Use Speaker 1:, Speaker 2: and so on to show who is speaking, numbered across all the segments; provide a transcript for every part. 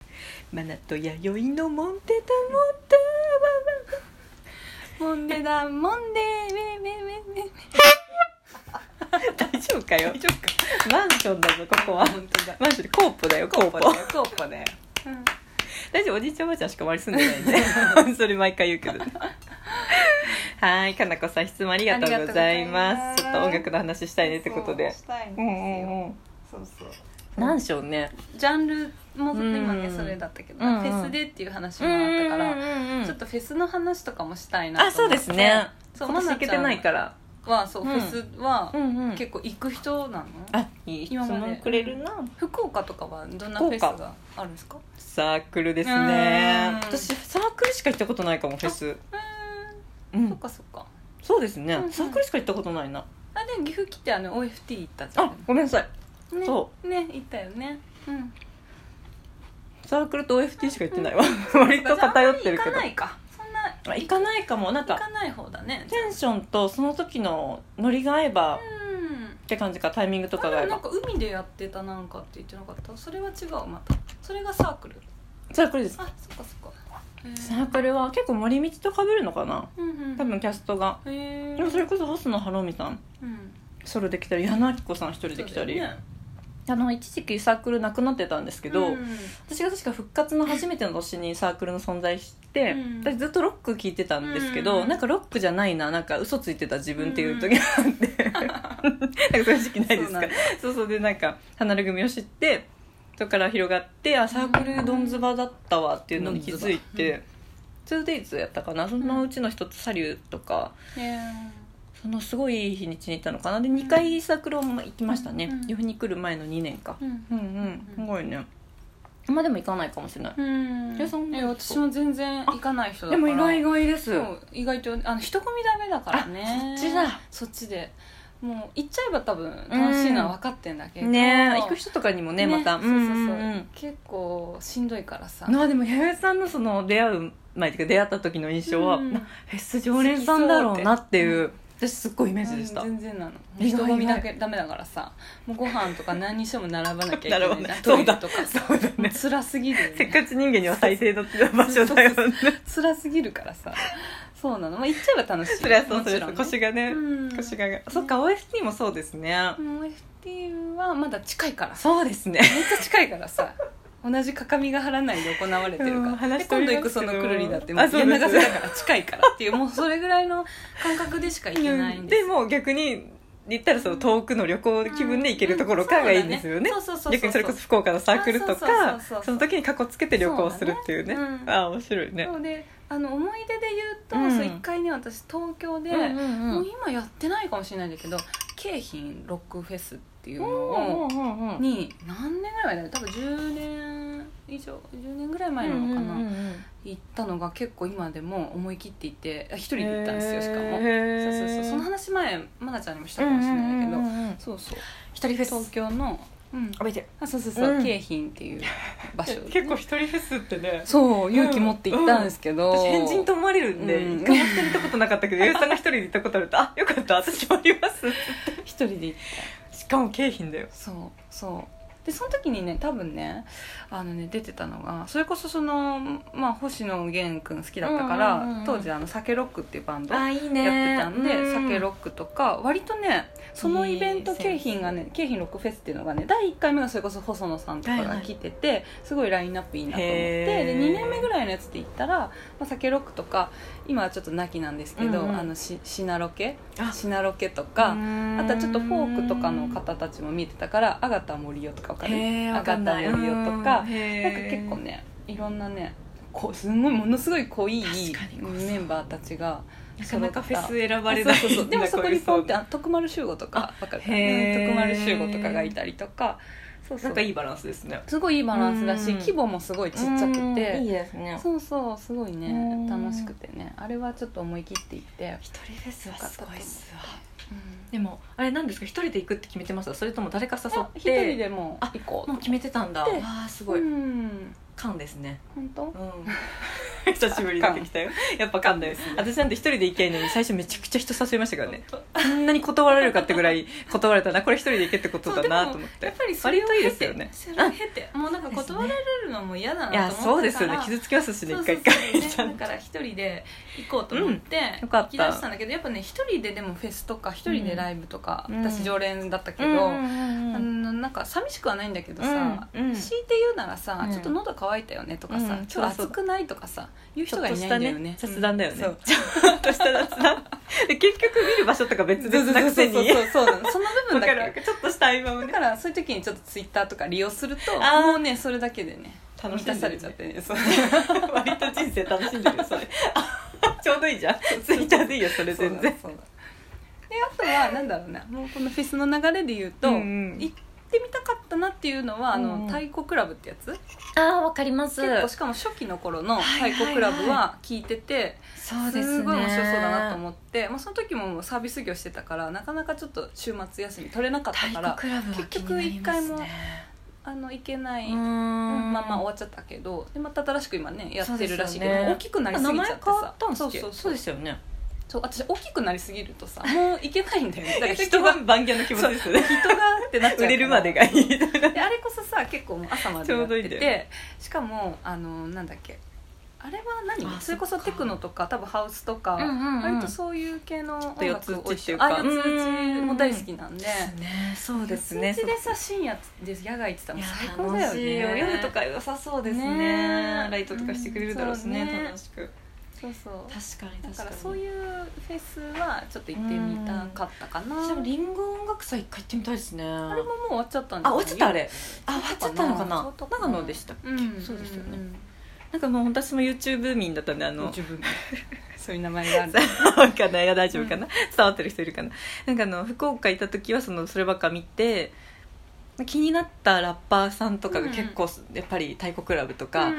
Speaker 1: マナと弥生のモンテタ
Speaker 2: モンデだモンデめめめめ
Speaker 1: モンタ大丈夫かよ
Speaker 2: 大丈夫か
Speaker 1: マンションだぞここは
Speaker 2: 本当だ
Speaker 1: マンションでコープだよコープ
Speaker 2: コーポだよコーポだようん
Speaker 1: 大丈夫おじいちゃんおばあちゃんしか周り住んで ないんでそれ毎回言うけどはいかなこさん質問ありがとうございま
Speaker 2: あ
Speaker 1: す
Speaker 2: りがとうございます
Speaker 1: ちょっと音楽の話したいねってことで
Speaker 2: そうしたいんです
Speaker 1: う
Speaker 2: よ、
Speaker 1: んうんうん
Speaker 2: そうそう
Speaker 1: 何しょうね
Speaker 2: ジャンルも今ね、
Speaker 1: うん
Speaker 2: それだったけど、
Speaker 1: うんうん
Speaker 2: フェスでっていう話もあったから、ち
Speaker 1: ち
Speaker 2: ょ
Speaker 1: ょ
Speaker 2: っ
Speaker 1: っ
Speaker 2: とフェスの話とかもしたいな
Speaker 1: と
Speaker 2: と
Speaker 1: あ
Speaker 2: 思って
Speaker 1: そうですね
Speaker 2: そう
Speaker 1: 今年行けてないから
Speaker 2: はそう、
Speaker 1: うん
Speaker 2: フェスは
Speaker 1: んう
Speaker 2: 結構行く人なの
Speaker 1: あいい質
Speaker 2: 今ま
Speaker 1: 問
Speaker 2: で
Speaker 1: くれるな
Speaker 2: 福岡とかはどんなフェスがあるんですか
Speaker 1: サークルです
Speaker 2: うん
Speaker 1: ね私サークルしか行ったことないかもフェス
Speaker 2: う
Speaker 1: う
Speaker 2: ーんそっ
Speaker 1: ん
Speaker 2: かそっか
Speaker 1: そうです
Speaker 2: うんう
Speaker 1: ね
Speaker 2: ん
Speaker 1: サークルしか行ったことないな
Speaker 2: あでも岐阜来てあの OFT 行ったじゃん
Speaker 1: あごめんなさい
Speaker 2: ね
Speaker 1: そ
Speaker 2: ね行ったよねうん
Speaker 1: サークルと OFT しか行ってないわ 割と偏ってるけ
Speaker 2: 行か
Speaker 1: ど
Speaker 2: ないかそんな
Speaker 1: あ行かないかもなん
Speaker 2: 行
Speaker 1: か
Speaker 2: かない方だね
Speaker 1: テンションとその時のノリが合えば
Speaker 2: うん
Speaker 1: って感じかタイミングとかが合
Speaker 2: あ
Speaker 1: え
Speaker 2: なん
Speaker 1: ば
Speaker 2: か海でやってたなんかって言ってなかったそれは違うまたそれがサークル
Speaker 1: サークルです
Speaker 2: あそっかそっかへー
Speaker 1: サークルは結構森道と被るのかな
Speaker 2: うんうん
Speaker 1: 多分キャストが
Speaker 2: へー
Speaker 1: でもそれこそ細野晴臣さん
Speaker 2: うん
Speaker 1: ソロできたり矢野明子さん一人できたり、あの一時期サークルなくなってたんですけ
Speaker 2: け
Speaker 1: ど、私が確か復活の初めての年にサークルの存在して、
Speaker 2: うん
Speaker 1: 私ずっとロック聞いてたんですけど、
Speaker 2: うん
Speaker 1: なんかロックじゃないななんか嘘ついてた自分っていう時があって、 なんかそういう時期ないですか
Speaker 2: そうなんだ
Speaker 1: そうそうでなんか離れ組を知ってそこから広がってあサークルドンズバだったわっていうのに気づいて、2days やったかなそのうちの一つサリューとかそのすごいいい日にちに行ったのかなで2回サークルも行きましたね、
Speaker 2: うん
Speaker 1: 夜に来る前の2年か
Speaker 2: うん
Speaker 1: うんうんすごいねまあでも行かないかもしれない
Speaker 2: うん
Speaker 1: えそんな
Speaker 2: え私も全然行かない人だ
Speaker 1: で
Speaker 2: から
Speaker 1: も意外意外です
Speaker 2: そう意外とあの人混みダメだから
Speaker 1: あ
Speaker 2: ね
Speaker 1: そっちだ
Speaker 2: そっちでもう行っちゃえば多分楽しいのは分かってんだけど
Speaker 1: ねえ行く人とかにもねまた
Speaker 2: そうそうそう
Speaker 1: うんうんうん
Speaker 2: 結構しんどいからさ
Speaker 1: まあでも弥生さんのその出会う前っていうか出会った時の印象は、
Speaker 2: うん
Speaker 1: なフェス常連さんだろうなっていう
Speaker 2: う
Speaker 1: 私すっごいイメージでした、
Speaker 2: うん全然なの
Speaker 1: 意
Speaker 2: 人
Speaker 1: 外
Speaker 2: 混みだけダメだからさもうご飯とか何にしても並ばなきゃいけない
Speaker 1: 並 ばない
Speaker 2: トイレとかさ
Speaker 1: そうだ
Speaker 2: もう
Speaker 1: ね
Speaker 2: 辛すぎるよね
Speaker 1: せっかち人間には最低の場所だよね
Speaker 2: 辛すぎるからさそうなのまあ行っちゃえば楽しい
Speaker 1: そりゃ そうそりゃ
Speaker 2: も
Speaker 1: そう
Speaker 2: ち
Speaker 1: 腰が
Speaker 2: ろんね
Speaker 1: ね、
Speaker 2: うん
Speaker 1: 腰がそっか OST もそうですね、
Speaker 2: うん FT はまだ近いからさ
Speaker 1: そうですね
Speaker 2: めっちゃ近いからさ同じ各務原内で行われてる
Speaker 1: う
Speaker 2: か
Speaker 1: ん
Speaker 2: ら
Speaker 1: 話
Speaker 2: で
Speaker 1: してお
Speaker 2: 今
Speaker 1: り
Speaker 2: 度
Speaker 1: ま
Speaker 2: 行
Speaker 1: すけ
Speaker 2: く
Speaker 1: ど
Speaker 2: そのくるりだってもう
Speaker 1: あそうです
Speaker 2: 柳ヶ瀬だから近いからっていうもうそれぐらいの感覚でしか行けないんです
Speaker 1: でも逆に言ったらその遠くの旅行気分で行けるところかがいいんですよね
Speaker 2: うんそうだそうそうう
Speaker 1: 逆にそれこそ福岡のサークルと
Speaker 2: あ
Speaker 1: か
Speaker 2: そうそうそうそう
Speaker 1: その時に過去つけて旅行するっていうね
Speaker 2: そうだねうん
Speaker 1: ああ面白いね
Speaker 2: そうであの思い出で言
Speaker 1: う
Speaker 2: うんと、そう一回ね私東京で、
Speaker 1: うんうん
Speaker 2: も
Speaker 1: う
Speaker 2: うん今やってないかもしれないんだけど京浜ロックフェスっていうの
Speaker 1: うん
Speaker 2: を、
Speaker 1: うんうん
Speaker 2: に何年ぐらい前だよ多分10年以上10年ぐらい前なのかな、
Speaker 1: うんうんうん
Speaker 2: 行ったのが結構今でも思い切って行ってあ一人で行ったんですよしかもそう
Speaker 1: へ
Speaker 2: そう
Speaker 1: ー
Speaker 2: そうその話前愛菜ちゃんにもしたかもしれないけど、
Speaker 1: うんうんうんうん
Speaker 2: そうそう
Speaker 1: 一人フェ
Speaker 2: 東
Speaker 1: ス
Speaker 2: 京の、うん、
Speaker 1: あ見て
Speaker 2: あそうそうそう、
Speaker 1: うん
Speaker 2: 京浜っていう場所、
Speaker 1: 結構一人フェスってね
Speaker 2: そう勇気持って行ったんですけど、
Speaker 1: 私変人と思われるんで
Speaker 2: うん
Speaker 1: 一回も行ったことなかった けどゆうさんが一人で行ったことあるとあよかった私もあります
Speaker 2: 一人で行って
Speaker 1: しかも景品だよ
Speaker 2: そうそうでその時にね多分ねあのね出てたのがそれこそその、まあ、星野源君好きだったから、
Speaker 1: うんうんうんうん
Speaker 2: 当時あの「酒ロック」っていうバンドやっ
Speaker 1: あいい
Speaker 2: てたんで「
Speaker 1: うん
Speaker 2: 酒ロック」とか割とねそのイベン
Speaker 1: い
Speaker 2: ト
Speaker 1: いセ
Speaker 2: 景
Speaker 1: ンス
Speaker 2: 品がね景品ロックフェスっていうのがね第1回目がそれこそ細野さんとかが来てて、すごいラインナップいいなと思って
Speaker 1: へー
Speaker 2: で2年目ぐらいのやつで行ったら「まあ、酒ロック」とか今はちょっとなきなんですけど、
Speaker 1: うんうん
Speaker 2: あのしシナロケ
Speaker 1: あ
Speaker 2: シナロケとか。あ
Speaker 1: あ
Speaker 2: とはちょっとフォークとかの方たちも見えてたから「あがた森よ」とかわかる
Speaker 1: へー
Speaker 2: あ
Speaker 1: わ
Speaker 2: が
Speaker 1: か
Speaker 2: た
Speaker 1: ん
Speaker 2: 森
Speaker 1: ない
Speaker 2: よ」とかなんか結
Speaker 1: 結
Speaker 2: 構ねいろんなねこうすごいものすごい濃い
Speaker 1: 確かにこう
Speaker 2: メンバーたちが
Speaker 1: なかなかフェス選ばれ
Speaker 2: あ
Speaker 1: ない
Speaker 2: そうそうそうでもそこにポンって
Speaker 1: あ
Speaker 2: あ徳丸修吾とかわかるかな
Speaker 1: へー
Speaker 2: うん徳丸修吾とかがいたりとかそうそう
Speaker 1: なんかいいバランスですね
Speaker 2: すごいいいバランスだし
Speaker 1: うん
Speaker 2: 規模もすごいちっちゃくて
Speaker 1: いですね
Speaker 2: そうそうすごいね
Speaker 1: うん
Speaker 2: 楽しくてねあれはちょっと思い切っていって、
Speaker 1: 一人フェスはすごいっすわ
Speaker 2: うん
Speaker 1: でもあれなんですか一人で行くって決めてましたそれとも誰か誘
Speaker 2: あ
Speaker 1: って
Speaker 2: 一人でもう行こう
Speaker 1: もう決めてたんだわ
Speaker 2: で
Speaker 1: あすごい
Speaker 2: うん
Speaker 1: 感ですね
Speaker 2: 本当
Speaker 1: うん 久しぶりに出てきたよやっぱ噛んだよ、私なんて一人で行きゃいいのに最初めちゃくちゃ人誘いましたからね こんなに断られるかってぐらい断られたなこれ一人で行けってことだなと思って
Speaker 2: やっぱりそれ
Speaker 1: 割
Speaker 2: を
Speaker 1: といい
Speaker 2: 経
Speaker 1: です
Speaker 2: て
Speaker 1: よね
Speaker 2: それを経てもうなんか断られるのも嫌だ
Speaker 1: いや
Speaker 2: なと
Speaker 1: そ
Speaker 2: 思
Speaker 1: う
Speaker 2: っ
Speaker 1: で
Speaker 2: て
Speaker 1: す
Speaker 2: た
Speaker 1: よね
Speaker 2: ら
Speaker 1: 傷つきますしね
Speaker 2: そ
Speaker 1: 一
Speaker 2: うそう
Speaker 1: 回一回
Speaker 2: そうねだから一人で行こうと思って
Speaker 1: うんよかった
Speaker 2: 行き出したんだけどやっぱね一人ででもフェスとか一人でライブとか、
Speaker 1: うん
Speaker 2: 私常連だったけ
Speaker 1: け
Speaker 2: ど、
Speaker 1: ど
Speaker 2: あのなんか寂しくはないんだけどさ、
Speaker 1: うんうん
Speaker 2: 強いて言うならさ、
Speaker 1: うん
Speaker 2: ちょっと喉乾いたよねとかさ、
Speaker 1: うん
Speaker 2: 今日暑くないとかさ言う人がいないんだよね
Speaker 1: ちょっとしたね雑談だよね
Speaker 2: そう
Speaker 1: ちょっとした雑談で結局見る場所とか別
Speaker 2: そう
Speaker 1: 々なくせに
Speaker 2: そうそうそうそうなのその部
Speaker 1: わ
Speaker 2: 分だ
Speaker 1: かるわか
Speaker 2: け
Speaker 1: るちょっとした合間を
Speaker 2: だ
Speaker 1: ね
Speaker 2: からそういう時にちょっとツイッターとか利用すると
Speaker 1: あー
Speaker 2: もうねそれだけでね
Speaker 1: 楽し
Speaker 2: 満
Speaker 1: んで
Speaker 2: た
Speaker 1: る
Speaker 2: されちゃってねそう
Speaker 1: 割と人生楽しんでるよそれ あちょうどいいじゃんツイッターでいいよそれ全然
Speaker 2: そうだそうだであとはなんだろうなもうこのフェスの流れで言うと、
Speaker 1: うんうん
Speaker 2: 行ってみたかったなっていうのは、あ
Speaker 1: うんうん
Speaker 2: の太鼓クラブってやつ
Speaker 1: ああわかります
Speaker 2: 結構しかも初期の頃の太鼓クラブは聞いてて、
Speaker 1: そうですすね
Speaker 2: ごい面白そうだなと思って、まあ、その時ももうサービス業してたからなかなかちょっと週末休み取れなかったから
Speaker 1: クラブ
Speaker 2: 結局一回もあの行けない、
Speaker 1: ん
Speaker 2: まあまあ終わっちゃったけどでまた新しく今ねやってるらしいけ
Speaker 1: そう
Speaker 2: ど、
Speaker 1: ですよね
Speaker 2: 大きくなりす
Speaker 1: 名
Speaker 2: ぎ
Speaker 1: 前
Speaker 2: ちゃ
Speaker 1: 変
Speaker 2: って
Speaker 1: わ
Speaker 2: さ
Speaker 1: ったんです
Speaker 2: そ
Speaker 1: っ
Speaker 2: う
Speaker 1: け
Speaker 2: そうそう
Speaker 1: ですよね
Speaker 2: そう私大きくなりすぎ るとさもう行けないんだよねだから人
Speaker 1: 人
Speaker 2: が
Speaker 1: が
Speaker 2: 人
Speaker 1: 万元の気持ちですよね
Speaker 2: がってなっちゃうから
Speaker 1: 売れるまでがいい
Speaker 2: であれこそさ結構もう朝まで
Speaker 1: ち
Speaker 2: や
Speaker 1: ょ
Speaker 2: っ
Speaker 1: うど
Speaker 2: て
Speaker 1: いい
Speaker 2: て
Speaker 1: んだよね
Speaker 2: しかもあのなんだっけあれは何
Speaker 1: あ
Speaker 2: それこ
Speaker 1: そ
Speaker 2: そ
Speaker 1: っか
Speaker 2: テクノとか多分ハウスとか、
Speaker 1: うんうんうん
Speaker 2: 割とそういう系の音
Speaker 1: ちょっと四つ打ちっていうか
Speaker 2: あ四つ打ちも大好きなんで
Speaker 1: ねそうです
Speaker 2: 四
Speaker 1: ね
Speaker 2: つ打ちでさ深夜で野外行ってた
Speaker 1: い
Speaker 2: の
Speaker 1: や
Speaker 2: 最高だよ
Speaker 1: 楽しい
Speaker 2: ね
Speaker 1: 夜とか良さそうですね
Speaker 2: ね
Speaker 1: ライトとかしてくれるだろうしね,、
Speaker 2: うんそうね
Speaker 1: 楽しく
Speaker 2: そうそう
Speaker 1: 確かに
Speaker 2: だ
Speaker 1: 確か
Speaker 2: か
Speaker 1: に
Speaker 2: らそういうフェスはちょっと行ってみたかったかな
Speaker 1: 私もリンゴ音楽祭一回行ってみたいですね
Speaker 2: あ
Speaker 1: あ
Speaker 2: れももう終わっちゃったんじゃ
Speaker 1: あ
Speaker 2: ない
Speaker 1: 終わっちゃったあれあ終わっちゃったのか
Speaker 2: 終
Speaker 1: な
Speaker 2: わったか
Speaker 1: 長
Speaker 2: な
Speaker 1: 野でしたっけ、
Speaker 2: うん
Speaker 1: そうですよね、
Speaker 2: うん
Speaker 1: なんかもう私も YouTube 民だったんであの
Speaker 2: 自分そういう名前がある
Speaker 1: わかんないいや大丈夫かな、伝わってる人いるかななんかあの福岡行った時はそのそればっか見て気になったラッパーさんとかが結構、やっぱり太鼓クラブとか、
Speaker 2: うん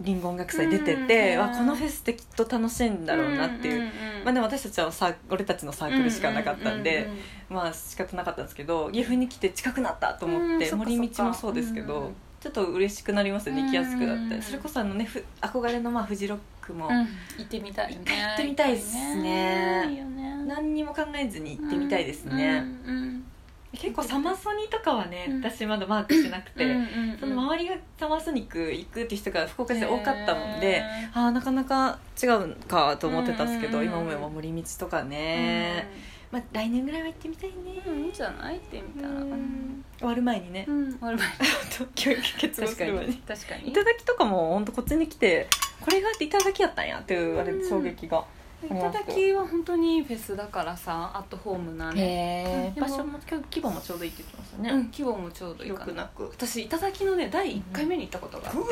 Speaker 1: リンゴ音楽祭出てて、
Speaker 2: うん
Speaker 1: わこのフェスってきっと楽しいんだろうなっていう、
Speaker 2: んんん
Speaker 1: まあ、でも私たちはサー俺たちのサークルしかなかったんで、
Speaker 2: ううう
Speaker 1: まあ仕方なかったんですけど岐阜に来て近くなったと思って、
Speaker 2: うんそっかそっか
Speaker 1: 森道もそうですけど、
Speaker 2: うん
Speaker 1: ちょっと嬉しくなりますよね行きやすくなって、
Speaker 2: うん
Speaker 1: それこそあのねふ憧れのまあフジロックも、
Speaker 2: うん行ってみたいよね
Speaker 1: 一回行ってみたいっすね
Speaker 2: いいよね
Speaker 1: 何にも考えずに行ってみたいですね、
Speaker 2: うんうん
Speaker 1: 結構サマソニとかはね、
Speaker 2: うん
Speaker 1: 私まだマークしてなくて、
Speaker 2: うんうんうん
Speaker 1: その周りがサマソニック行くって人が福岡市で多かったもんで、
Speaker 2: ね
Speaker 1: あーなかなか違うかと思ってたんですけど、
Speaker 2: うんうんうん
Speaker 1: 今思えば森道とかね、まあ、来年ぐらいは行ってみたいね、
Speaker 2: うんいいんじゃない行ってみたら
Speaker 1: うん終わる前にね、
Speaker 2: うん終わる前
Speaker 1: ちょっと教育結論
Speaker 2: 確
Speaker 1: す
Speaker 2: か
Speaker 1: る前
Speaker 2: に
Speaker 1: に
Speaker 2: 確かに
Speaker 1: いただきとかも本当こっちに来てこれがいただきやったんやっていうあれ衝撃が
Speaker 2: いただきは本当にフェスだからさアットホームなね
Speaker 1: へ
Speaker 2: うん
Speaker 1: 場所も規模もちょうどいいって言ってましたね、
Speaker 2: うん規模もちょうどいい
Speaker 1: 広
Speaker 2: か
Speaker 1: く
Speaker 2: な
Speaker 1: なく
Speaker 2: 私いただきのね第1回目に行ったことがあってもう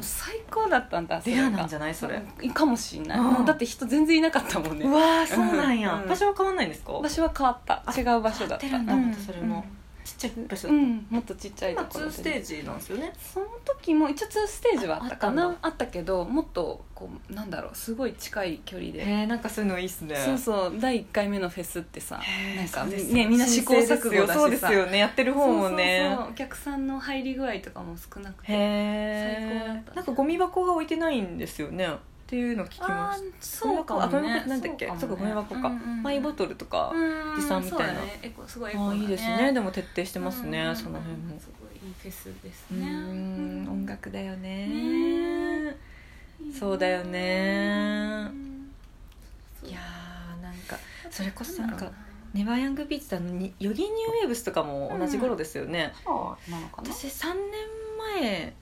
Speaker 2: 最高だったんだ
Speaker 1: レアなんじゃないそ
Speaker 2: そ
Speaker 1: れ
Speaker 2: れがかもしんない
Speaker 1: うん
Speaker 2: もうだって人全然いなかったもんね
Speaker 1: うわーそうなんや、
Speaker 2: うん
Speaker 1: 場所は変わんないんですか
Speaker 2: 場所は変わった違う場所だった
Speaker 1: 変わってるんだ
Speaker 2: う
Speaker 1: またそれもちっちゃい場所
Speaker 2: うんうんもっとちっちゃいと
Speaker 1: 今
Speaker 2: ころ
Speaker 1: 2
Speaker 2: で
Speaker 1: ステージなんですよね
Speaker 2: その時も一応2ステージはあったか
Speaker 1: ああ
Speaker 2: な
Speaker 1: っ
Speaker 2: あったけどもっとこうなんだろうすごい近い距離で
Speaker 1: へえなんかそういうのいいっすね
Speaker 2: そうそう第1回目のフェスってさ
Speaker 1: へー
Speaker 2: なんか
Speaker 1: そうです
Speaker 2: ねみんな試行錯誤だ
Speaker 1: そう
Speaker 2: し
Speaker 1: です
Speaker 2: さ
Speaker 1: よねやってる方もね
Speaker 2: そうそうそうお客さんの入り具合とかも少なくて最
Speaker 1: へ
Speaker 2: 高だっ
Speaker 1: え
Speaker 2: た
Speaker 1: なんかゴミ箱が置いてないんですよねっていうの聞きま
Speaker 2: あ
Speaker 1: し
Speaker 2: ー
Speaker 1: たゴ
Speaker 2: そ
Speaker 1: ミ
Speaker 2: うか
Speaker 1: 箱
Speaker 2: も
Speaker 1: あゴミ
Speaker 2: ね
Speaker 1: 箱なんだっけそうかゴミ箱か、マイボトルとか、
Speaker 2: ル
Speaker 1: 持参みたいな
Speaker 2: エコすごいエ
Speaker 1: あ
Speaker 2: コだ
Speaker 1: あいいですねでも徹底してますね、
Speaker 2: うんうん
Speaker 1: その辺も
Speaker 2: すごいいいフェスです
Speaker 1: う
Speaker 2: ね
Speaker 1: ん音楽だよね
Speaker 2: ねいいね
Speaker 1: そうだよね
Speaker 2: うんそう
Speaker 1: いやーなんかそれこそ
Speaker 2: な
Speaker 1: なんん
Speaker 2: だろ
Speaker 1: か
Speaker 2: う
Speaker 1: ネバーヤングビーチだのにヨギニューウェーブスとかも同じ頃ですよね、
Speaker 2: そうなのかな
Speaker 1: 私3年前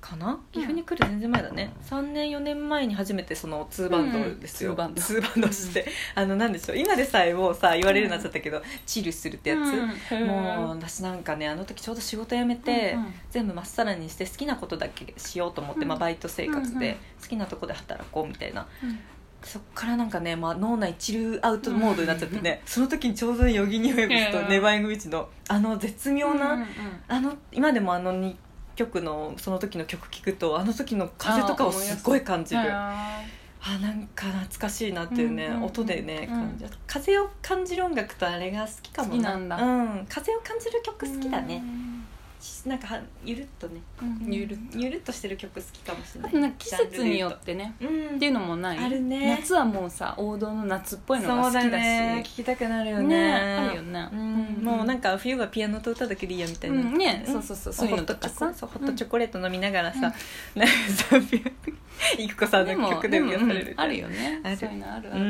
Speaker 1: かな岐阜
Speaker 2: うん
Speaker 1: に来る全然前だね、3年4年前に初めてその2バンドですよ、
Speaker 2: うんツーバンド
Speaker 1: ツーバンドして、あのなんでしょう今でさえもうさ言われるようになっちゃったけど、チルするってやつ、
Speaker 2: うん
Speaker 1: もう私なんかねあの時ちょうど仕事辞めて、
Speaker 2: うんうん
Speaker 1: 全部まっさらにして好きなことだけしようと思って、
Speaker 2: うん
Speaker 1: まあ、バイト生活
Speaker 2: うんう
Speaker 1: で
Speaker 2: ん
Speaker 1: 好きなとこで働こうみたいな
Speaker 2: うん
Speaker 1: そっからなんかね、まあ、脳内チルアウトモードになっちゃってね、その時にちょうどヨギニューウェブス
Speaker 2: うん
Speaker 1: とネバーエングビーチのあの絶妙な、
Speaker 2: うんうん
Speaker 1: あの今でもあの2曲のその時の曲聴くとあの時の風とかをすっごい感じるあ
Speaker 2: あ
Speaker 1: なんか懐かしいなっていうね、
Speaker 2: うんうんうん
Speaker 1: 音でね
Speaker 2: うん
Speaker 1: 感じ、風を感じる音楽とあれが好きかも
Speaker 2: 好きなんだ
Speaker 1: うん、風を感じる曲
Speaker 2: ー
Speaker 1: 好きだね、
Speaker 2: うん
Speaker 1: しなんかはゆるっとねゆるゆるっとしてる曲好きかもしれ
Speaker 2: あ
Speaker 1: ない
Speaker 2: となんか季節によってね
Speaker 1: ジャンルで言うとうん
Speaker 2: っていうのもない
Speaker 1: あるね
Speaker 2: 夏はもうさ王道の夏っぽいのが好きだし
Speaker 1: そうだね聞きたくなるよね
Speaker 2: ねあるよね
Speaker 1: うんもうなんか冬はピアノと歌だけでいいやみたいな、
Speaker 2: うんねそうそうそうそういう
Speaker 1: ホ
Speaker 2: の
Speaker 1: ット
Speaker 2: と
Speaker 1: チ
Speaker 2: か
Speaker 1: ョコ
Speaker 2: さ
Speaker 1: そうホットチョコレート飲みながらさ、なんかさピアノ ゆくこさん
Speaker 2: で
Speaker 1: の
Speaker 2: も
Speaker 1: 曲
Speaker 2: で
Speaker 1: で
Speaker 2: も
Speaker 1: もや
Speaker 2: う
Speaker 1: される
Speaker 2: んあるよね
Speaker 1: ある
Speaker 2: そういうのあるあ
Speaker 1: う
Speaker 2: る
Speaker 1: ん
Speaker 2: う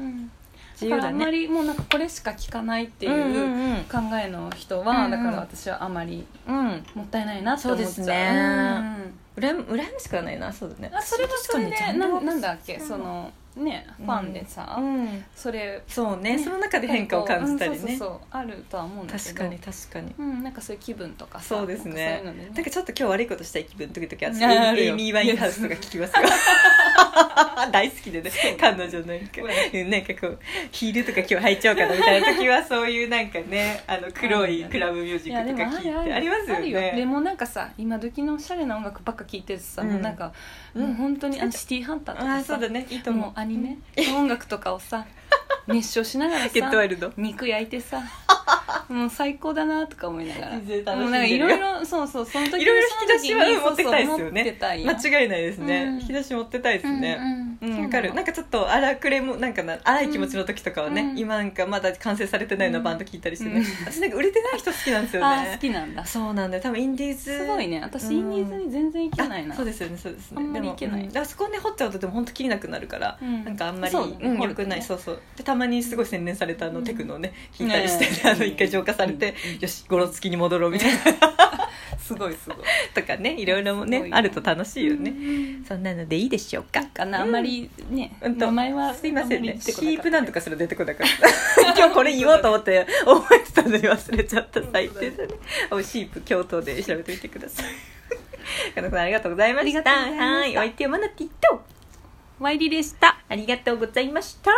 Speaker 2: ん
Speaker 1: 自
Speaker 2: だ
Speaker 1: 由
Speaker 2: か
Speaker 1: だ
Speaker 2: らあん
Speaker 1: ね
Speaker 2: まりもうなんかこれしか聞かないってい
Speaker 1: うん
Speaker 2: う
Speaker 1: うん
Speaker 2: 考えの人は、
Speaker 1: うん
Speaker 2: だから私はあまり
Speaker 1: うんうん
Speaker 2: もったいないなって思っちゃう
Speaker 1: そうですね
Speaker 2: うん
Speaker 1: うらや羨ましくはないなそうだね
Speaker 2: あそれはそれで
Speaker 1: 確かにジ
Speaker 2: な
Speaker 1: ャンルは
Speaker 2: なんだっけ
Speaker 1: うん
Speaker 2: そのねファンでさ、
Speaker 1: うん
Speaker 2: それ
Speaker 1: そうねその中で変化を感じたり
Speaker 2: うん
Speaker 1: ね
Speaker 2: そうそうそうあるとは思うんだけど
Speaker 1: 確かに確かに
Speaker 2: うん、なんかそういう気分とかさ
Speaker 1: そうですね
Speaker 2: なんかそういうので
Speaker 1: なん
Speaker 2: ね
Speaker 1: かちょっと今日悪いことしたい気分の時々
Speaker 2: いやあ
Speaker 1: 私
Speaker 2: る
Speaker 1: エ
Speaker 2: よ
Speaker 1: イミー・ワインハウスとか聞きますよ 大好きでね彼女なんかうんなんかこうヒールとか今日履いちゃおうかなみたいな時はそういうなんかねあの黒いクラブミュージックとか聞いてありますよ
Speaker 2: あるで
Speaker 1: ね
Speaker 2: もなんかさ今時のおしゃれな音楽ばっか聴いててさ、
Speaker 1: うん
Speaker 2: もうなんか、
Speaker 1: うん
Speaker 2: もう本当にあのシティーハンターとか
Speaker 1: あ
Speaker 2: さ
Speaker 1: あそうだねいいと思
Speaker 2: もう
Speaker 1: う
Speaker 2: アニメの音楽とかをさ熱唱しなが ら
Speaker 1: ゲットワイ
Speaker 2: さ
Speaker 1: ルド
Speaker 2: 肉焼い てさもう最高だなとか思いながら
Speaker 1: 全然楽し
Speaker 2: もうんなんか
Speaker 1: で
Speaker 2: い
Speaker 1: るよ
Speaker 2: ろいろそうそうその時
Speaker 1: いろいろ引き出しは
Speaker 2: そ
Speaker 1: 持
Speaker 2: の
Speaker 1: って
Speaker 2: 時に
Speaker 1: たいですよ
Speaker 2: そうそう持って
Speaker 1: ね
Speaker 2: たいよ
Speaker 1: 間違いないですね、
Speaker 2: うん
Speaker 1: 引き出し持ってたいですね、う
Speaker 2: うんんうん
Speaker 1: わかるなんかちょっと荒くれもなんかな荒い気持ちの時とかはね、
Speaker 2: うん
Speaker 1: 今なんかまだ完成されてないの
Speaker 2: うん
Speaker 1: バンド聞いたりしてね、
Speaker 2: うん
Speaker 1: 私なんか売れてない人好きなんですよ
Speaker 2: あー好
Speaker 1: ね
Speaker 2: きなんだす
Speaker 1: そうなんだよ多分インディーズ
Speaker 2: ごいね私
Speaker 1: うん
Speaker 2: インディーズに全然行けないな
Speaker 1: あそうですよねそうですね
Speaker 2: あんまり
Speaker 1: でも
Speaker 2: いけない
Speaker 1: うんだからそこね掘っちゃうとでも本当切りなくなるから、
Speaker 2: うん
Speaker 1: なんかあんまり
Speaker 2: そううだね
Speaker 1: ん
Speaker 2: 掘
Speaker 1: よ
Speaker 2: ると
Speaker 1: く
Speaker 2: ね
Speaker 1: ないそうそうでたまにすごい洗練されたあの、
Speaker 2: うん
Speaker 1: テクノをね聞いたりして、
Speaker 2: ね
Speaker 1: あの一回浄化されて、よしゴロつきに戻ろうみたいな、
Speaker 2: すごいすごい
Speaker 1: とかねいろいろも
Speaker 2: すご
Speaker 1: ね
Speaker 2: いね
Speaker 1: あると楽しいよね、
Speaker 2: ね
Speaker 1: そんなのでいいでしょうか
Speaker 2: かなあんまりね
Speaker 1: うんと
Speaker 2: 名前は
Speaker 1: すいませんねシープ
Speaker 2: な
Speaker 1: なんとかすら出てこなかった 今日これ言おうと思って思ってたのに忘れちゃった最低 だねおシープ京都で調べてみてくだ さい加藤さんありがとうございました
Speaker 2: ありがとうございました
Speaker 1: はいお相手はマナティと
Speaker 2: ワイリでした
Speaker 1: ありがとうございました